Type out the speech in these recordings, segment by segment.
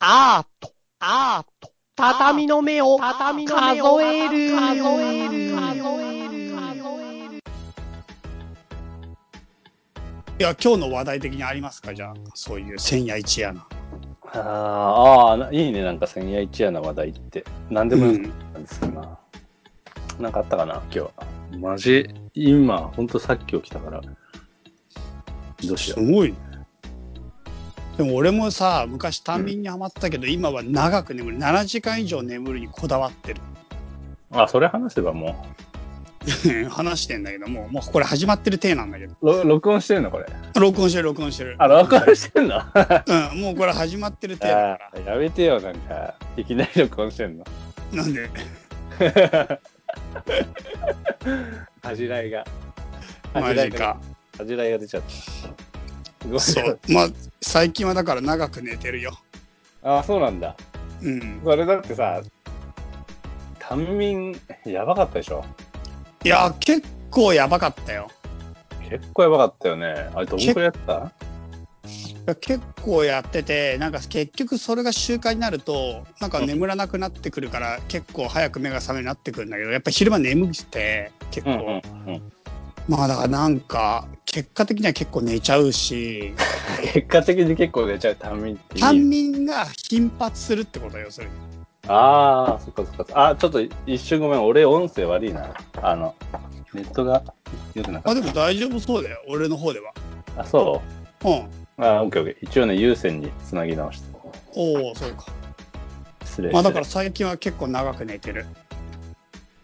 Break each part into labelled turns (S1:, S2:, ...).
S1: アート、アート、畳の目を、畳の目を数える、数える、
S2: いや、今日の話題的にありますかじゃあ、そういう千夜一夜の。
S3: あーあーないいねなんか千夜一夜の話題って何でもよかったんですよな、なんかあったかな今日はマジ今ほんとさっき起きたからどうし
S2: す
S3: よう
S2: ごいね。でも俺もさ、昔短眠にはまってたけど、今は長く眠る。7時間以上眠るにこだわってる。
S3: あそれ話せばも
S2: 話してんだけど、もう、もうこれ始まってる体なんだけど。
S3: うろ録音してんのこれ
S2: 録音してる、録音してる。
S3: あ録音してんのあ
S2: うん、もうこれ始まってる体だか
S3: ーやめてよなんかいきなり録音してんの
S2: ら。なんで、
S3: 恥じらいが
S2: マジか。
S3: 恥じらいが出ちゃったごめん
S2: そう。まあ、最近はだから長く寝てるよ。
S3: あそうなんだ
S2: うん。
S3: それだってさ短眠やばかったでしょ
S2: いや、結構やばかったよ。
S3: 結構やばかったよねあれどんくらいやった
S2: いや結構やってて、なんか結局それが習慣になると、なんか眠らなくなってくるから、結構早く目が覚めになってくるんだけど、やっぱ昼間眠くて、結構。
S3: うんうん
S2: まあだからなんか、結果的には結構寝ちゃう し、
S3: 結果的に結構出ちゃう短眠ってい
S2: 短
S3: う
S2: 眠が頻発するってことよ、それに。
S3: ああそっかそっかあちょっと一瞬ごめん俺音声悪いなあのネットが良くなか
S2: あ、
S3: っ
S2: でも大丈夫そうだよ、俺の方では。
S3: たあそう
S2: うん。
S3: あオッケーオッケー一応ね有線につなぎ直して
S2: おお、そうか。
S3: 失礼して、
S2: まあだから最近は結構長く寝てる。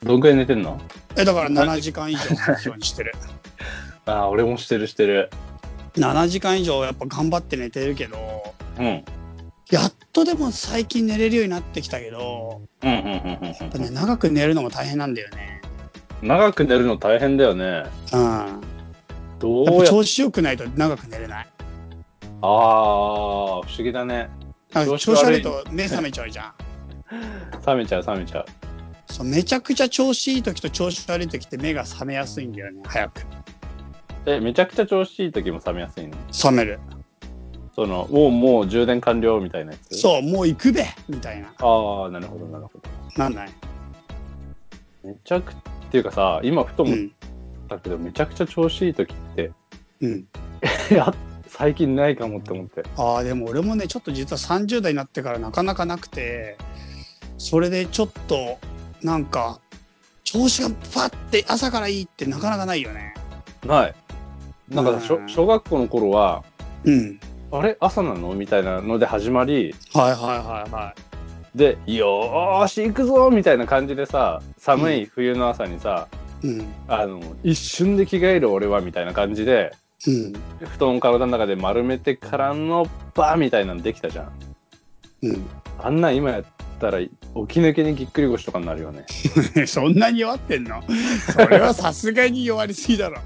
S3: どんくらい寝てんの
S2: え、だから7時間以 上目標にしてる。
S3: ああ俺もしてるしてる
S2: 7時間以上やっぱ頑張って寝てるけど、
S3: うん
S2: やっとでも最近寝れるようになってきたけど、
S3: うんうんうんうん
S2: やっぱ
S3: うん
S2: ね、長く寝るのも大変なんだよね。
S3: 長く寝るの大変だよね
S2: うん。
S3: ど
S2: やっ
S3: う
S2: ぱ
S3: やっ
S2: 調子良くないと長く寝れない。
S3: ああー不思議だね
S2: なんか
S3: 調
S2: 調
S3: 子
S2: 子
S3: 悪
S2: 悪
S3: い
S2: いと目覚めちゃうじゃん。
S3: 冷めちゃう冷めちゃう
S2: そうめちゃくちゃ調子いい時と調子悪い時って目が覚めやすいんだよね早く
S3: えめちゃくちゃ調子いい時も冷めやすいの
S2: 覚める
S3: そのもうもう充電完了みたいなやつう
S2: そうもう行くべみたいな
S3: ああなるほどなるほど
S2: なんない
S3: めちゃくっていうかさ今ふと
S2: う
S3: 思っ
S2: ん
S3: たけど、めちゃくちゃ調子いい時って
S2: うん
S3: いや最近ないかもって思って
S2: ああでも俺もねちょっと実は30代になってからなかなかなくてそれでちょっとなんか調子がパッて朝からいいってなかなかないよね
S3: ないなんかさしょ
S2: うん
S3: 小学校の頃は
S2: うん
S3: あれ朝なのみたいなので始まり
S2: はいはいはいはい
S3: でよーし行くぞみたいな感じでさ寒い冬の朝にさ、
S2: うん
S3: あの一瞬で着替える俺はみたいな感じで
S2: うん
S3: 布団を体の中で丸めてからのバーみたいなのできたじゃん
S2: うん
S3: あんなん今やったら起き抜けにぎっくり腰とかになるよね
S2: そん なに弱ってんのそれはさすがに弱りすぎだろ、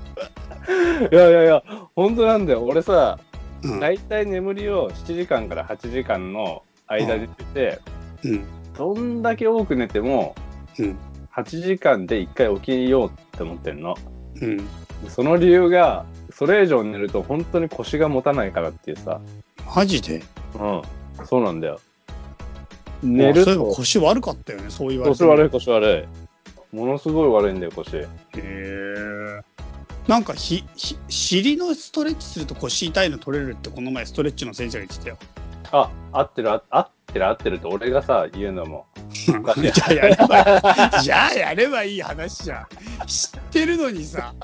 S3: いやいやいや本当なんだよ俺さ
S2: うん
S3: 大体眠りを7時間から8時間の間にしてて、
S2: うん
S3: どんだけ多く寝ても
S2: うん
S3: 8時間で1回起きようって思ってんの
S2: うん
S3: その理由がそれ以上寝ると本当に腰が持たないからっていうさ
S2: マジで
S3: うんそうなんだよ寝る
S2: あそういえば
S3: と
S2: 腰悪かったよねそう言われ
S3: 腰
S2: てみ
S3: 悪
S2: る
S3: い腰悪いものすごい悪いんだよ腰
S2: へえなんかひひ尻のストレッチすると腰痛いの取れるってこの前ストレッチの先生が言ってたよ
S3: あ合ってるあ合ってる合ってるって俺がさ言うのもかし い
S2: じゃあやればいいじゃあやればいい話じゃん知ってるのにさ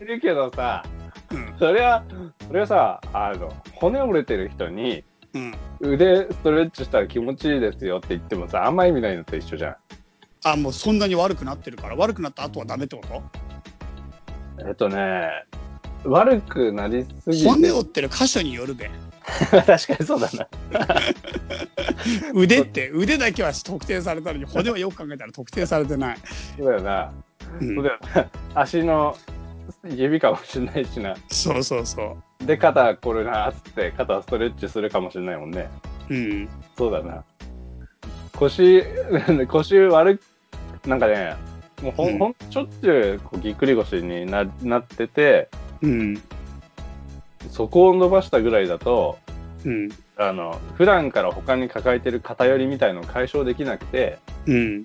S3: いるけどさ、
S2: うん
S3: それはそれはさあの骨折れてる人に
S2: うん
S3: 腕ストレッチしたら気持ちいいですよって言ってもさあんま意味ないのと一緒じゃん
S2: あもうそんなに悪くなってるから悪くなった後はダメってこと
S3: えっとね悪くなりすぎて
S2: 骨折ってる箇所によるべ
S3: 確かにそうだな
S2: 腕って腕だけは特定されたのに骨はよく考えたら特定されてない、
S3: そうだよな、
S2: う
S3: そうんだよな足の指かもしれないしな
S2: そうそうそ
S3: で肩これなっつって肩ストレッチするかもしれないもんね
S2: ううん
S3: そうだな。腰、 腰悪く、なんかね、もうほ
S2: う
S3: ん、
S2: ん
S3: ほんとしょっちゅうこうぎっくり腰にななってて、
S2: うん
S3: そこを伸ばしたぐらいだと、
S2: うん
S3: あの普段から他に抱えてる偏りみたいのを解消できなくて
S2: うん。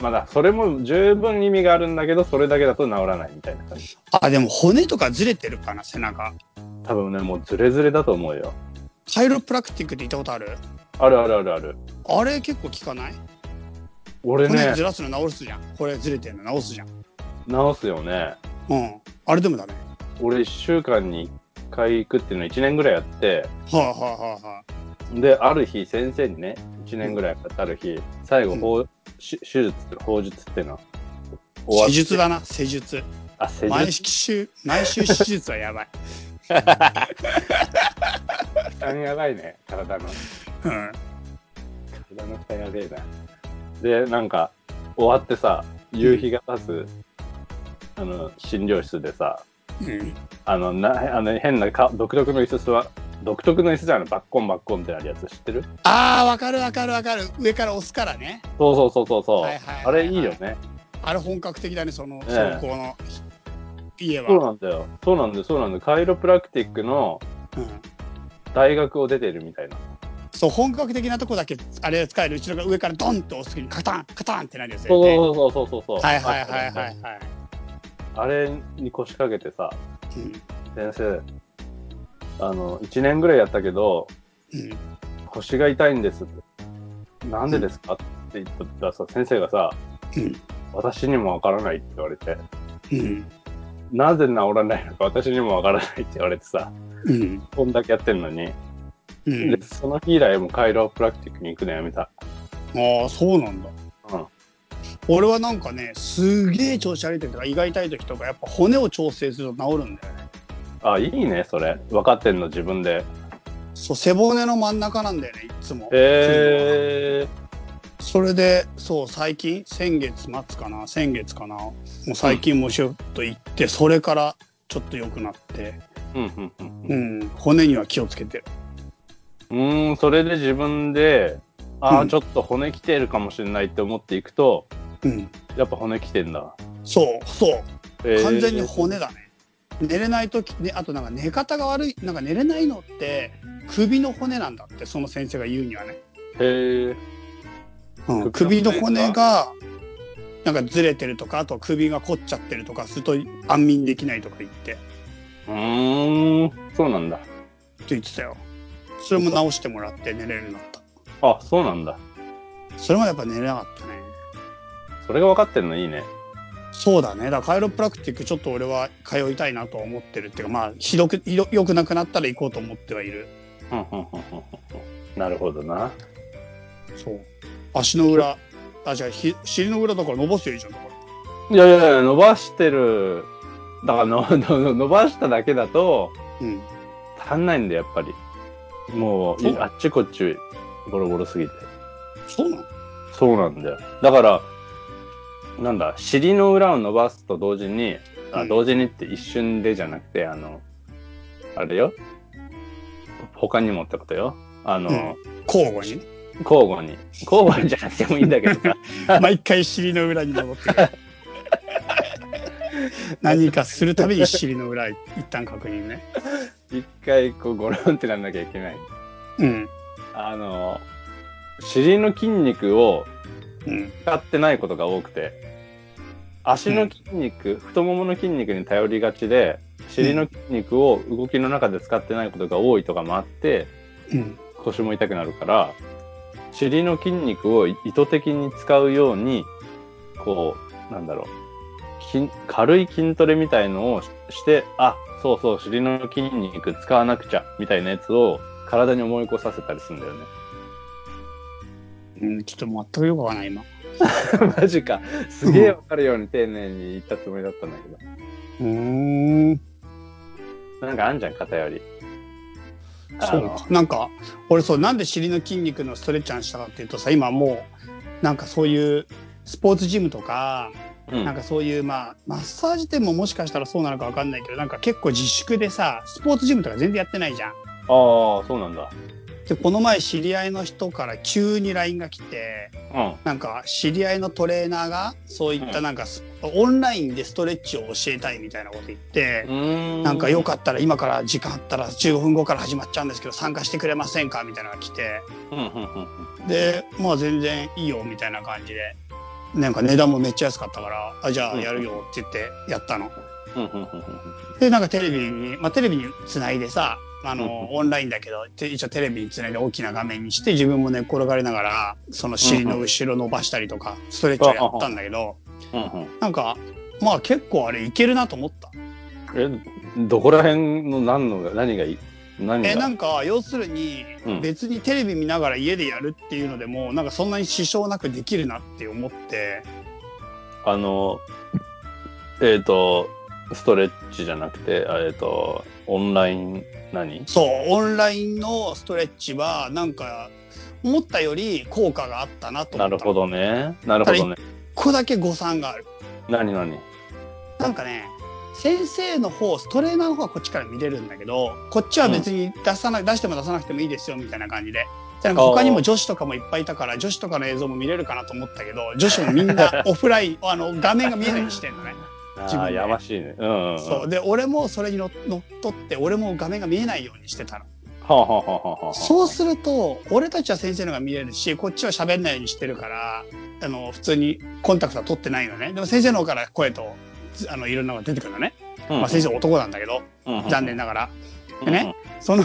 S3: まだそれも十分意味があるんだけどそれだけだと治らないみたいな感じ
S2: あ、でも骨とかずれてるかな、背中。
S3: 多分ねもうズレズレだと思うよ
S2: カイロプラクティックって言ったことある
S3: あるあるあるある
S2: あれ結構効かない
S3: 俺
S2: 骨
S3: ね
S2: ずらすの直すじゃん。これずれてるの直すじゃん。
S3: 治すよね
S2: うん。あれでもだね。
S3: 俺1週間に1回行くっていうの1年ぐらいやって
S2: はいはいはいはい。
S3: である日先生にね1年ぐらいやってある日最後、ほうし手術って法術っていうの終わっ
S2: 施術だな、施術。
S3: あ施
S2: 毎
S3: 術
S2: 週、毎週手術はやばい。
S3: 負担やばいね体の
S2: うん。
S3: 体の負担やべえなでなんか終わってさ夕日が経つ、あの診療室でさ
S2: うん。
S3: あのなあの変なか独特の椅子座独特の椅子じゃないバッコンバッコンってあるやつ知ってる
S2: ああ、わかるわかるわかる。上から押すからね。
S3: そうそうそうそうそう、
S2: はいはいはいはい
S3: あれいいよね
S2: あれ本格的だね、その
S3: ええ
S2: 走行の家
S3: そう
S2: は。
S3: なんだよそうなんだよそうなんだよカイロプラクティックの
S2: うん。
S3: 大学を出てるみたいな
S2: そう、本格的なとこだけ、あれ使える、うちのが上からドンと押すときに、カタン、カタンってなるやつだよね。
S3: そうそうそうそうそうそう
S2: はいはいはいはいはい。
S3: あれに腰掛けてさ
S2: うん。
S3: 先生あの1年ぐらいやったけど
S2: うん。
S3: 腰が痛いんですってなんでですか、って言ったらさ先生がさ、
S2: うん
S3: 私にもわからないって言われて
S2: うん。
S3: なぜ治らないのか私にもわからないって言われてさ
S2: うん。
S3: こんだけやってんのに、
S2: うん
S3: で。その日以来もうカイロプラクティックに行くのやめた
S2: ああ、そうなんだ。
S3: うん
S2: 俺はなんかね、すげえ調子悪い時とか、胃が痛い時とか、やっぱ骨を調整すると治るんだよね。
S3: あいいねそれ分かってんの自分で
S2: そう、背骨の真ん中なんだよね、いつも。
S3: へえ
S2: それでそう最近先月末かな先月かなもう最近もしょっと行って、それからちょっと良くなって、
S3: うんうんうん
S2: う
S3: うん
S2: ん、骨には気をつけてる
S3: うーんそれで自分でああ、
S2: うん
S3: ちょっと骨きてるかもしれないって思っていくと
S2: うん
S3: やっぱ骨きてんだ、
S2: そうそう
S3: へー
S2: 完全に骨だね、寝れない時ねあとなんか寝方が悪いなんか寝れないのって首の骨なんだってその先生が言うにはね、
S3: へえ
S2: うん、首
S3: 首
S2: の
S3: の骨
S2: 骨
S3: が
S2: がなんかずれてるとかあと首が凝っちゃってるとかすると安眠できないとか言ってって
S3: うーんそうなんだ
S2: 言ってたよそれも直してもらって寝れるようになった
S3: あそうなんだ
S2: それまでやっぱ寝れなかったね
S3: それが分かってんのいいね
S2: そうだねだからカイロプラクティックちょっと俺は通いたいなとは思ってるっていうかまあひどくひどよくなくなったら行こうと思ってはいる
S3: うんうんうんうんうんなるほどな
S2: そう足の裏あじゃあひ尻の裏だから伸ばすよいいじゃんだから
S3: いやいやいや伸ばしてるだからの の伸ばしただけだと
S2: うん
S3: 足んないんだよやっぱりもうい
S2: そう
S3: あっちこっちボロボロすぎて
S2: そうなの
S3: そうなんだよだからなんだ尻の裏を伸ばすと同時にあ
S2: うん
S3: 同時にって一瞬でじゃなくてあのあれよ他にもってことよあの、
S2: うん交互にね
S3: 交互に交互にじゃなくてもいいんだけど さ
S2: 毎回尻の裏に登ってくる何かするたびに尻の裏一旦確認ね
S3: 一回こうゴロンってなんなきゃいけない
S2: うん
S3: あの尻の筋肉を
S2: うん
S3: 使ってないことが多くて足の筋肉、太ももの筋肉に頼りがちで尻の筋肉を動きの中で使ってないことが多いとかもあって
S2: うん
S3: 腰も痛くなるから尻の筋肉を意図的に使うようにこうなんだろう筋軽い筋トレみたいのをししてあそうそう尻の筋肉使わなくちゃみたいなやつを体に思い起こさせたりするんだよね。
S2: うんちょっと全くよくわかんない今
S3: マジかすげえわかるように丁寧に言ったつもりだったんだけど。
S2: うーん
S3: なんかあんじゃん、偏り。
S2: そうかなんか俺そうなんで尻の筋肉のストレッチャーにしたかっていうとさ今もうなんかそういうスポーツジムとか、
S3: あのうん
S2: なんかそういうまあマッサージ店ももしかしたらそうなのかわかんないけどなんか結構自粛でさスポーツジムとか全然やってないじゃん。
S3: ああ、そうなんだ。
S2: でこの前知り合いの人から急に LINE が来て
S3: うん。
S2: なんか知り合いのトレーナーがそういっ
S3: う
S2: た
S3: ん
S2: なんかスオンラインでストレッチを教えたいみたいなこと言って、なんかよかったら今から時間あったら15分後から始まっちゃうんですけど参加してくれませんかみたいなのが来て
S3: うんうんうん
S2: でまあ全然いいよみたいな感じでなんか値段もめっちゃ安かったからあじゃあやるよって言ってやったの。
S3: うんうんうん
S2: でなんかテレビに、まあ、テレビにつないでさあ
S3: うん
S2: のオンラインだけどて一応テレビにつないで大きな画面にして自分も寝っ転がりながらその尻の後ろ伸ばしたりとかストレッチをやったんだけど
S3: うん
S2: なんかまあ結構あれいけるなと思った。
S3: うんえどこら辺の何のが何がいい何が
S2: えなんか要するに
S3: うん
S2: 別にテレビ見ながら家でやるっていうのでもなんかそんなに支障なくできるなって思って
S3: あのえっ、とストレッチじゃなくてあえっ、とオンライン何
S2: そうオンラインのストレッチはなんか思ったより効果があったなと思
S3: な
S2: った
S3: るほどねなるほどね
S2: ここだけ誤算がある
S3: 何何
S2: なんかね先生の方トレーナーの方はこっちから見れるんだけどこっちは別に出さな、出しても出さなくてもいいですよみたいな感じで。でなんか他にも女子とかもいっぱいいたから女子とかの映像も見れるかなと思ったけど女子もみんなオフライン あの画面が見えないようにしてんのね。
S3: あ
S2: 自分
S3: あ
S2: で
S3: やましいねうんうん
S2: そうで俺もそれにの乗っ取って俺も画面が見えないようにしてたの。
S3: はあはあはあはあはあ
S2: そうすると俺たちは先生のが見れるしこっちは喋んないようにしてるからあの普通にコンタクトは取ってないのね。でも先生の方から声とずあのいろんなのが出てくるのね。
S3: うん
S2: まあ、先生男なんだけど
S3: うん
S2: 残念ながら。
S3: うん
S2: でねその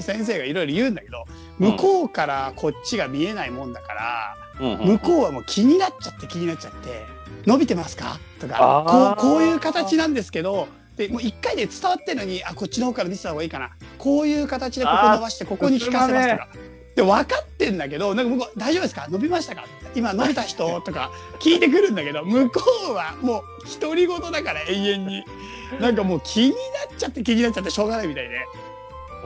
S2: 先生がいろいろ言うんだけど
S3: うん
S2: 向こうからこっちが見えないもんだから、
S3: うんうん
S2: 向こうはもう気になっちゃって気になっちゃって「伸びてますか?」と
S3: あ
S2: か
S3: ー
S2: こうこういう形なんですけどでもう1回で伝わってるのにあこっちの方から見せた方がいいかなこういう形でここ伸ばしてここに引かせますとか。で分かってんだけどなんか向こう「大丈夫ですか伸びましたか?」今伸びた人とか聞いてくるんだけど向こうはもう独り言だから永遠になんかもう気になっちゃって気になっちゃってしょうがないみたいで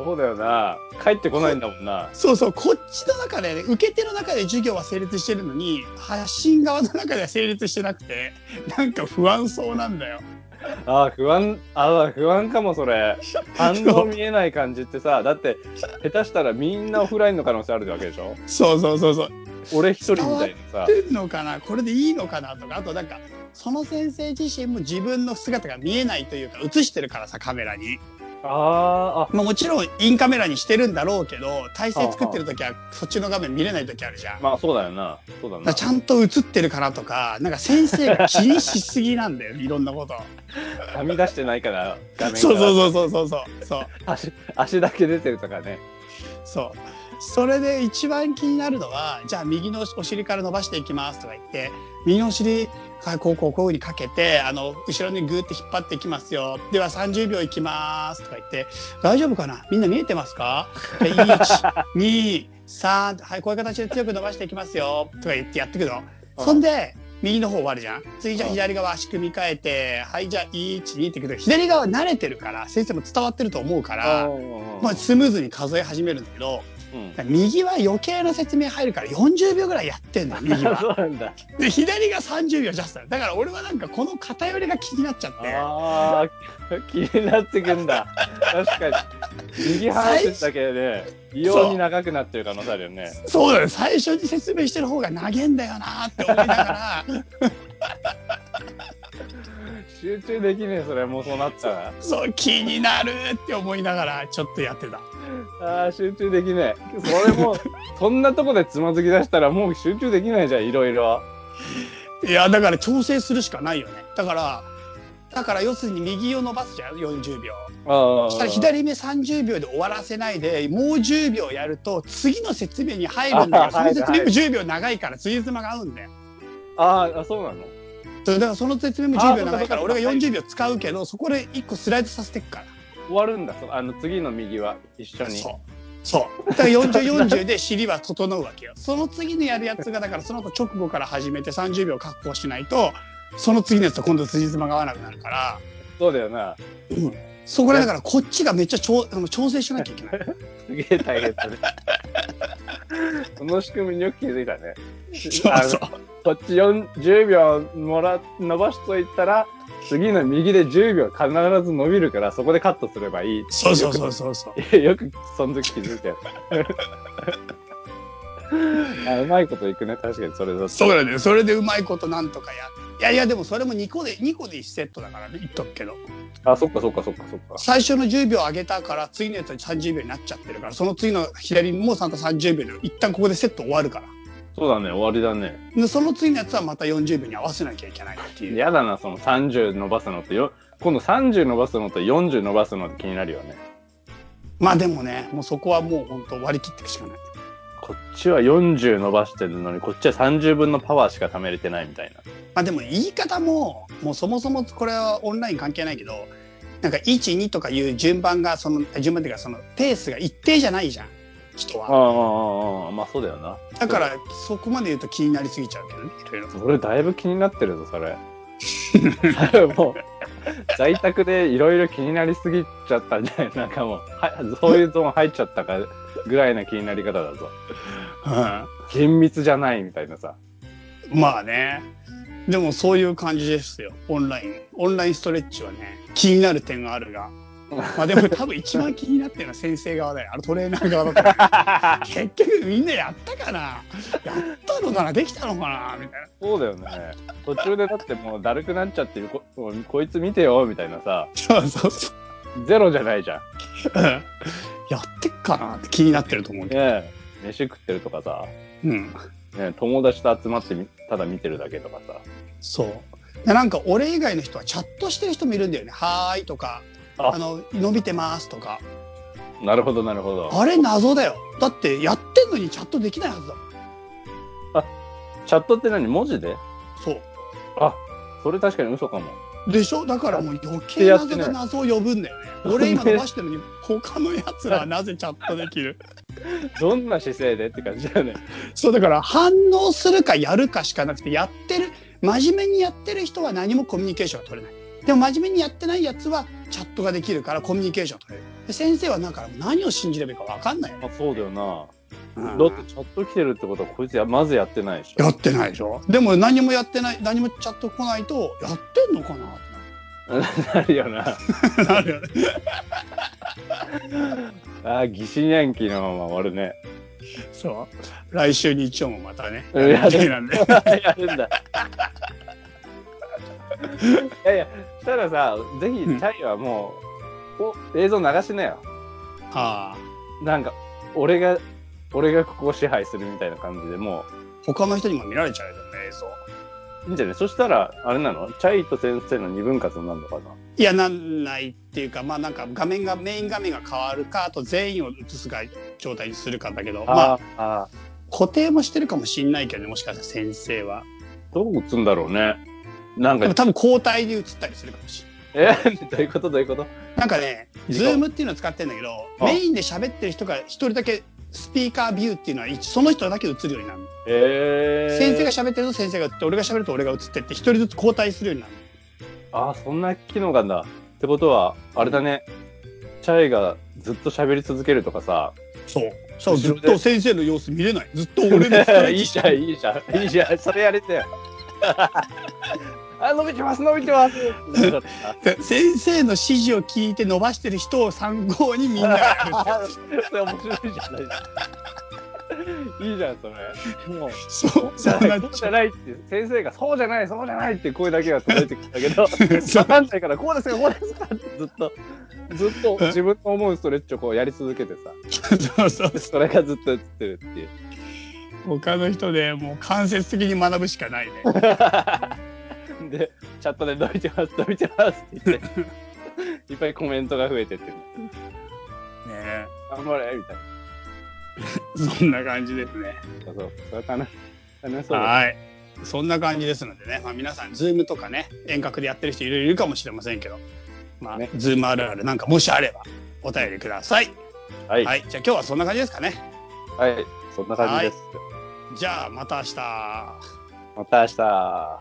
S3: そうだよな帰ってこないんだもんな
S2: そうそう、こっちの中でね、受け手の中で授業は成立してるのに、発信側の中では成立してなくて、なんか不安そうなんだよ。
S3: あー不安あー不安かもそ れ反応見えない感じってさだって下手したらみんなオフラインの可能性あるわけでしょ
S2: そうそうそうそう。
S3: 俺一人みたいなさ
S2: やってんのかなこれでいいのかなとか、あとなんか、その先生自身も自分の姿が見えないというか、映してるからさ、カメラに。
S3: あー
S2: まあもちろん、インカメラにしてるんだろうけど、体勢作ってる時は、そっちの画面見れない時あるじゃん
S3: あ。まあそうだよなそうだ
S2: だから
S3: な
S2: ちゃんと映ってるからとか、なんか先生が気にしすぎなんだよ、いろんなこと。
S3: はみ出してないから画面から
S2: そうそうそうそうそうそう。そう
S3: 足足だけ出てるとかね
S2: そうそれで一番気になるのはじゃあ右のお尻から伸ばしていきますとか言って右のお尻からこうこうこういうふうにかけてあの後ろにグーって引っ張っていきますよでは30秒いきますとか言って大丈夫かなみんな見えてますか ?123 はいこういう形で強く伸ばしていきますよとか言ってやっていくの。そんで右の方終わるじゃん次じゃあ
S3: うん
S2: 左側足組み替えてはいじゃあ12っていくと左側慣れてるから先生も伝わってると思うから
S3: うん
S2: まあ、スムーズに数え始めるんだけど
S3: うん
S2: 右は余計な説明入るから40秒ぐらいやってん の右は
S3: そうなんだ
S2: で左が30秒ジャストなのだから俺はなんかこの偏りが気になっちゃって
S3: あー気になってくんだ確 かに右半身だけで、ね、異様に長くなってる可能性あるよね
S2: そうだね最初に説明してる方が長えんだよなって思いながら
S3: 集中できねえそれもうそうなったら
S2: そう気になるって思いながらちょっとやってた
S3: あー集中できねえそれもそんなとこでつまずき出したらもう集中できないじゃんいろいろ
S2: いやだから調整するしかないよねだからだから要するに右を伸ばすじゃん40秒
S3: あ
S2: そしたら左目30秒で終わらせないでもう10秒やると次の説明に入るんだけどそ
S3: あは
S2: の
S3: い
S2: 説明も10秒長いから辻褄が合うんだよ
S3: あーあそうなの
S2: そうだからその説明も
S3: あ
S2: 10秒長いから
S3: そう
S2: 俺
S3: か
S2: が
S3: そうか
S2: 40秒使うけどそこで1個スライドさせてっか
S3: 終わるんだそあの次の右は一緒
S2: ら
S3: に
S2: そうそうだから4040で尻は整うわけよその次のやるやつがだからその後直後から始めて30秒確保しないとその次のやつと今度辻褄が合わなくなるから
S3: そうだよな
S2: そこでだからこっちがめっちゃ調あの調整しなきゃいけ ない
S3: すげえ大変だねその仕組みによく気づいたね
S2: そうそう
S3: あのこっち40秒もら伸ばしといたら次の右で10秒必ず伸びるからそこでカットすればいい
S2: そうそうそうそうそう
S3: よくその時気づいたよ。あうまいこといくね確かにそれだと
S2: そうだね。それでうまいことなんとかやいやいやでもそれも2個で2個で1セットだからね言っとくけど
S3: あ、そっかそっかそっかそっか。
S2: 最初の10秒上げたから次のやつに30秒になっちゃってるからその次の左も参加30秒で一旦ここでセット終わるから
S3: そうだね、終わりだね。
S2: でその次のやつはまた40秒に合わせなきゃいけないっていう
S3: 嫌だな、その30伸ばすのってよ、今度30伸ばすのと40伸ばすのって気になるよね。
S2: まあでもねもうそこはもう本当割り切っていくしかない
S3: こっちは40伸ばしてるのに、こっちは30分のパワーしか貯めれてないみたいな。
S2: まあでも言い方ももうそもそもこれはオンライン関係ないけどなんか12とかいう順番がその順番っていうかそのペースが一定じゃないじゃん人
S3: ああ、あ
S2: は
S3: あ、ああ、まあそうだよな。
S2: だからそこまで言うと気になりすぎちゃうけどねいろいろ
S3: 俺だいぶ気になってるぞ、それ。 それもう、在宅でいろいろ気になりすぎちゃったんじゃない なんかもう、はそういうゾーン入っちゃったかぐらいな気になり方だぞ。厳密じゃないみたいなさ。
S2: うんまあねでもそういう感じですよオンラインオンラインストレッチはね気になる点があるがまあでも多分一番気になってるのは先生側だよあのトレーナー側だと思う結局みんなやったかなやったのかなできたのかなみたい
S3: そうだよね。途中でだってもうだるくなっちゃってるこ、こいつ見てよみたいなさ、
S2: なそうそうそう
S3: ゼロじゃないじゃん。
S2: うんやってっかなって気になってると思うけど
S3: ねえ、飯食ってるとかさ、
S2: うん
S3: ねえ、友達と集まってみただ見てるだけとかさ。
S2: そうでなんか俺以外の人はチャットしてる人もいるんだよね「はーい」とか「
S3: あ
S2: あの伸びてます」とか
S3: なるほど、なるほど。
S2: あれ謎だよだってやってんのにチャットできないはずだもん
S3: チャットって何文字で
S2: そう
S3: あ、それ確かに嘘かも。
S2: でしょだからもう余計
S3: やっ
S2: 謎
S3: てない
S2: が謎を呼ぶんだよね。俺今伸ばしてるのに他のやつらはなぜチャットできる
S3: どんな姿勢でって感じだよね。
S2: そうだから反応するかやるかしかなくてやってる真面目にやってる人は何もコミュニケーションが取れない。でも真面目にやってないやつはチャットができるからコミュニケーションが取れる。で先生はなんか何を信じればいいか分かんないよね。
S3: あそうだよな。
S2: うん
S3: だってチャット来てるってことは、こいつやまずやってないでし
S2: や
S3: ょ。
S2: ってないでしょでも何もやってない何もチャット来ないとやってんのかなっ
S3: なるよな。
S2: てなるよね。
S3: あー、疑心暗鬼のまま終わるね。
S2: そう来週日曜もまたね。
S3: うんやる
S2: やるなん で
S3: やるんだ。いやいや、したらさ、ぜひ、チ
S2: うん
S3: ャイはもう、お映像流しなよ。
S2: ああ
S3: なんか、俺が、俺がここを支配するみたいな感じでも
S2: 他の人にも見られちゃうよね映像
S3: う、いいんじゃないそしたら、あれなのチャイと先生の二分割になるのかない
S2: やなんないっていうかまあなんか画面がメイン画面が変わるかあと全員を映すか状態にするかだけどまあ
S3: あー、あー
S2: 固定もしてるかもしんないけどねもしかしたら先生は
S3: どう打つんだろうね。なん
S2: で
S3: か
S2: も、多分交代で映ったりするかもしれない
S3: え、どういうことどういうこと
S2: なんかね
S3: いい
S2: ズ
S3: か
S2: ームっていうのを使ってんだけど
S3: あ
S2: メインで喋ってる人が一人だけスピーカービューっていうのは一その人だけ映るようになるの、
S3: えー、
S2: 先生が喋ってると先生が映って俺が喋ると俺が映ってって一人ずつ交代するようになるの
S3: ああ、そんな機能があるんだ。ってことは、あれだね。チャイがずっと喋り続けるとかさ。
S2: そうそう
S3: 後
S2: ず
S3: ろ
S2: っ
S3: で
S2: と先生の様子見れないずっと俺のストレッ
S3: いい
S2: チ
S3: じゃん、いいじゃん、いいじゃん、それやれてよ。あ、伸びてます、伸びて ます。
S2: 先生の指示を聞いて伸ばしてる人を参考にみんながやる って
S3: あそれ面白いじゃないいいじゃん、それ。もう。
S2: そうそうなっ
S3: そう
S2: ち
S3: じ
S2: ゃ
S3: ゃ
S2: う
S3: ないって先生が「そうじゃないそうじゃない」って声だけが届いてくるんだけど
S2: そう
S3: 分かんないから「こうですかこうですか」ってずっとずっと自分の思うストレッチをこうやり続けてさ
S2: そうそう
S3: それがずっと映ってるっていう
S2: 他の人でもう間接的に学ぶしかないね
S3: で、チャットで伸びてます、伸びてますって言って、いっぱいコメントが増えてって、
S2: ね
S3: 頑張れみたい
S2: そんな感じですね
S3: な。そう、それかな。楽しそうだ。
S2: はいそんな感じですのでね、まあ、皆さんズームとかね遠隔でやってる人いろいろいるかもしれませんけどまあ、
S3: ね
S2: ズームあるあるなんかもしあればお便りください
S3: はい。は。
S2: はいいじゃあ今日はそんな感じですかね
S3: そんな感じです。
S2: じゃあまた明日
S3: また明日。